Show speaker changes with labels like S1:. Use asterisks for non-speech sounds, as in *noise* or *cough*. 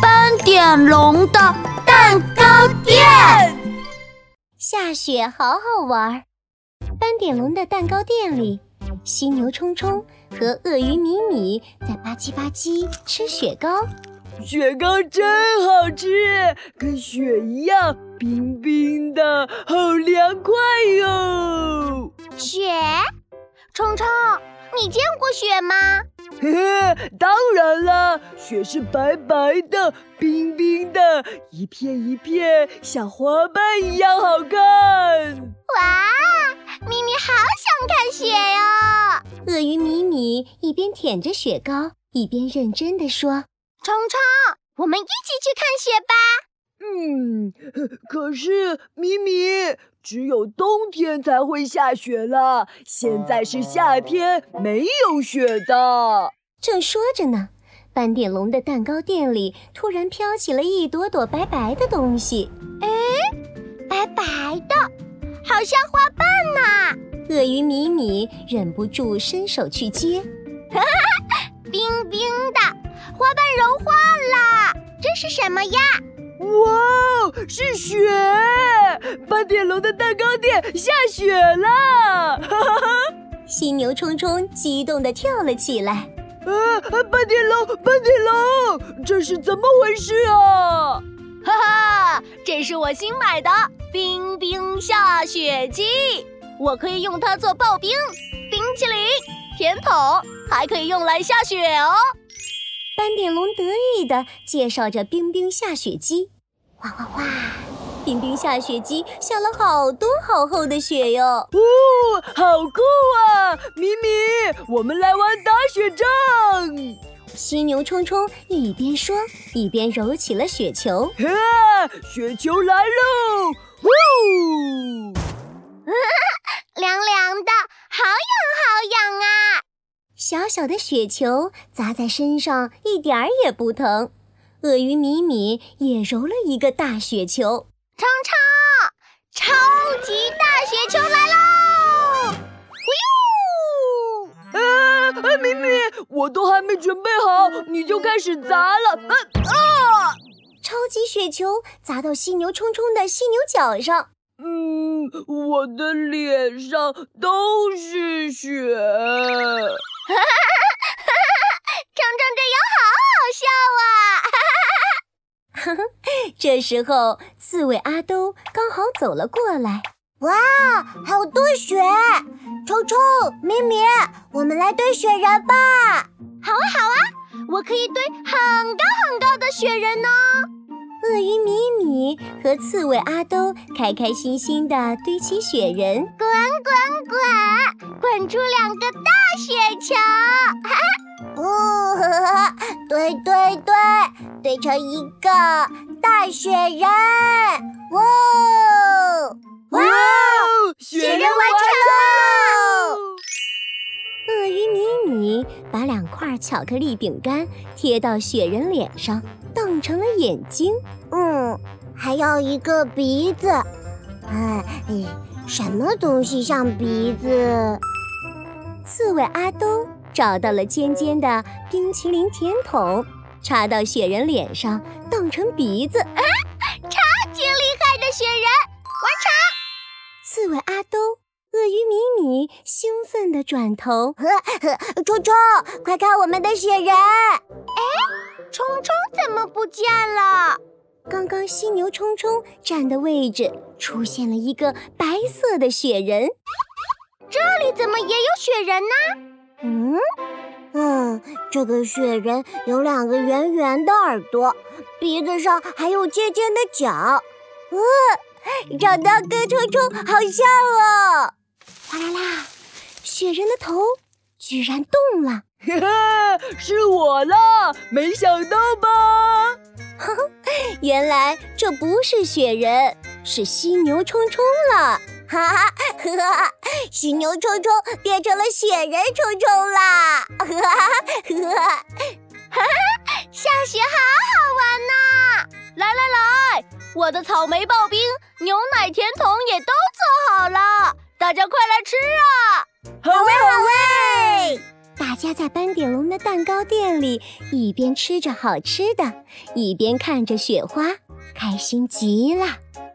S1: 斑点龙的蛋糕店。
S2: 下雪好好玩儿。斑点龙的蛋糕店里，犀牛冲冲和鳄鱼米米在吧唧吧唧吃雪糕。
S3: 雪糕真好吃，跟雪一样冰冰的，好凉快哟、
S1: 雪，冲冲，你见过雪吗？
S3: 嘿嘿，当然啦，雪是白白的、冰冰的，一片一片，像花瓣一样好看。
S1: 哇，咪咪好想看雪呀、
S2: 鳄鱼米米一边舔着雪糕，一边认真地说
S1: 冲冲，我们一起去看雪吧。
S3: 嗯，可是米米，只有冬天才会下雪啦，现在是夏天，没有雪的。：“
S2: 正说着呢，斑点龙的蛋糕店里突然飘起了一朵朵白白的东西。哎
S1: 白白的，好像花瓣呐、
S2: 鳄鱼米米忍不住伸手去接， *laughs*
S1: 冰冰的，花瓣融化了。这是什么呀？
S3: 哇，哦，是雪！斑点龙的蛋糕店下雪啦！
S2: 犀牛冲冲激动地跳了起来。
S3: 啊，斑点龙，斑点龙，这是怎么回事啊？
S1: 哈哈，这是我新买的冰冰下雪机，我可以用它做刨冰、冰淇淋、甜筒，还可以用来下雪哦。
S2: 斑点龙得意地介绍着冰冰下雪机。哇哇哇！冰冰下雪机下了好多好厚的雪哟！
S3: 哦，好酷啊！米米，我们来玩打雪仗。
S2: 犀牛冲冲一边说，一边揉起了雪球。
S3: 啊，雪球来喽！呜！
S1: 凉凉的，好痒好痒啊！
S2: 小小的雪球砸在身上一点儿也不疼。鳄鱼米米也揉了一个大雪球，
S1: 冲冲，超级大雪球来喽！呼呦！
S3: 啊，啊米米，我都还没准备好，你就开始砸了。啊
S2: 超级雪球砸到犀牛冲冲的犀牛角上。
S3: 嗯，我的脸上都是雪。
S1: 冲冲这样好好笑啊！
S2: 这时候，刺猬阿兜刚好走了过来。
S1: 哇，好多雪！冲冲、米米，我们来堆雪人吧！好啊，好啊，我可以堆很高很高的雪人哦呢、
S2: 鳄鱼米米和刺猬阿兜开开心心地堆起雪人。
S1: 滚滚，滚出两个大雪球！哦，堆堆堆，堆成一个大雪人！哇、哦！
S3: 哇哦，雪
S1: 人完
S3: 成
S1: 成！
S2: 鳄鱼米米把两块巧克力饼干贴到雪人脸上，当成了眼睛。
S1: 嗯，还要一个鼻子。哎，哎什么东西像鼻子？
S2: 刺猬阿兜找到了尖尖的冰淇淋甜筒，插到雪人脸上，当成鼻子。
S1: 啊超级厉害的雪人！
S2: 刺猬阿兜、鳄鱼米米兴奋地转头，
S1: 冲冲，快看我们的雪人！哎，冲冲怎么不见了？
S2: 刚刚犀牛冲冲站的位置出现了一个白色的雪人。
S1: 这里怎么也有雪人呢？
S2: 嗯，
S1: 嗯，这个雪人有两个圆圆的耳朵，鼻子上还有尖尖的角。嗯，长得跟冲冲好像哦。
S2: 哗啦啦，雪人的头居然动了。
S3: 嘿嘿， *laughs* 是我啦！没想到吧？
S2: 原来这不是雪人，是犀牛冲冲了。
S1: 哈哈， *laughs* 呵哈，犀牛冲冲变成了雪人冲 *laughs* 冲啦！呵哈，呵哈，哈哈，下雪好好玩呐、来来来，我的草莓刨冰、牛奶甜筒也都做好了，大家快来吃啊！
S3: 好味好味！
S2: 大家在斑点龙的蛋糕店里一边吃着好吃的，一边看着雪花，开心极了。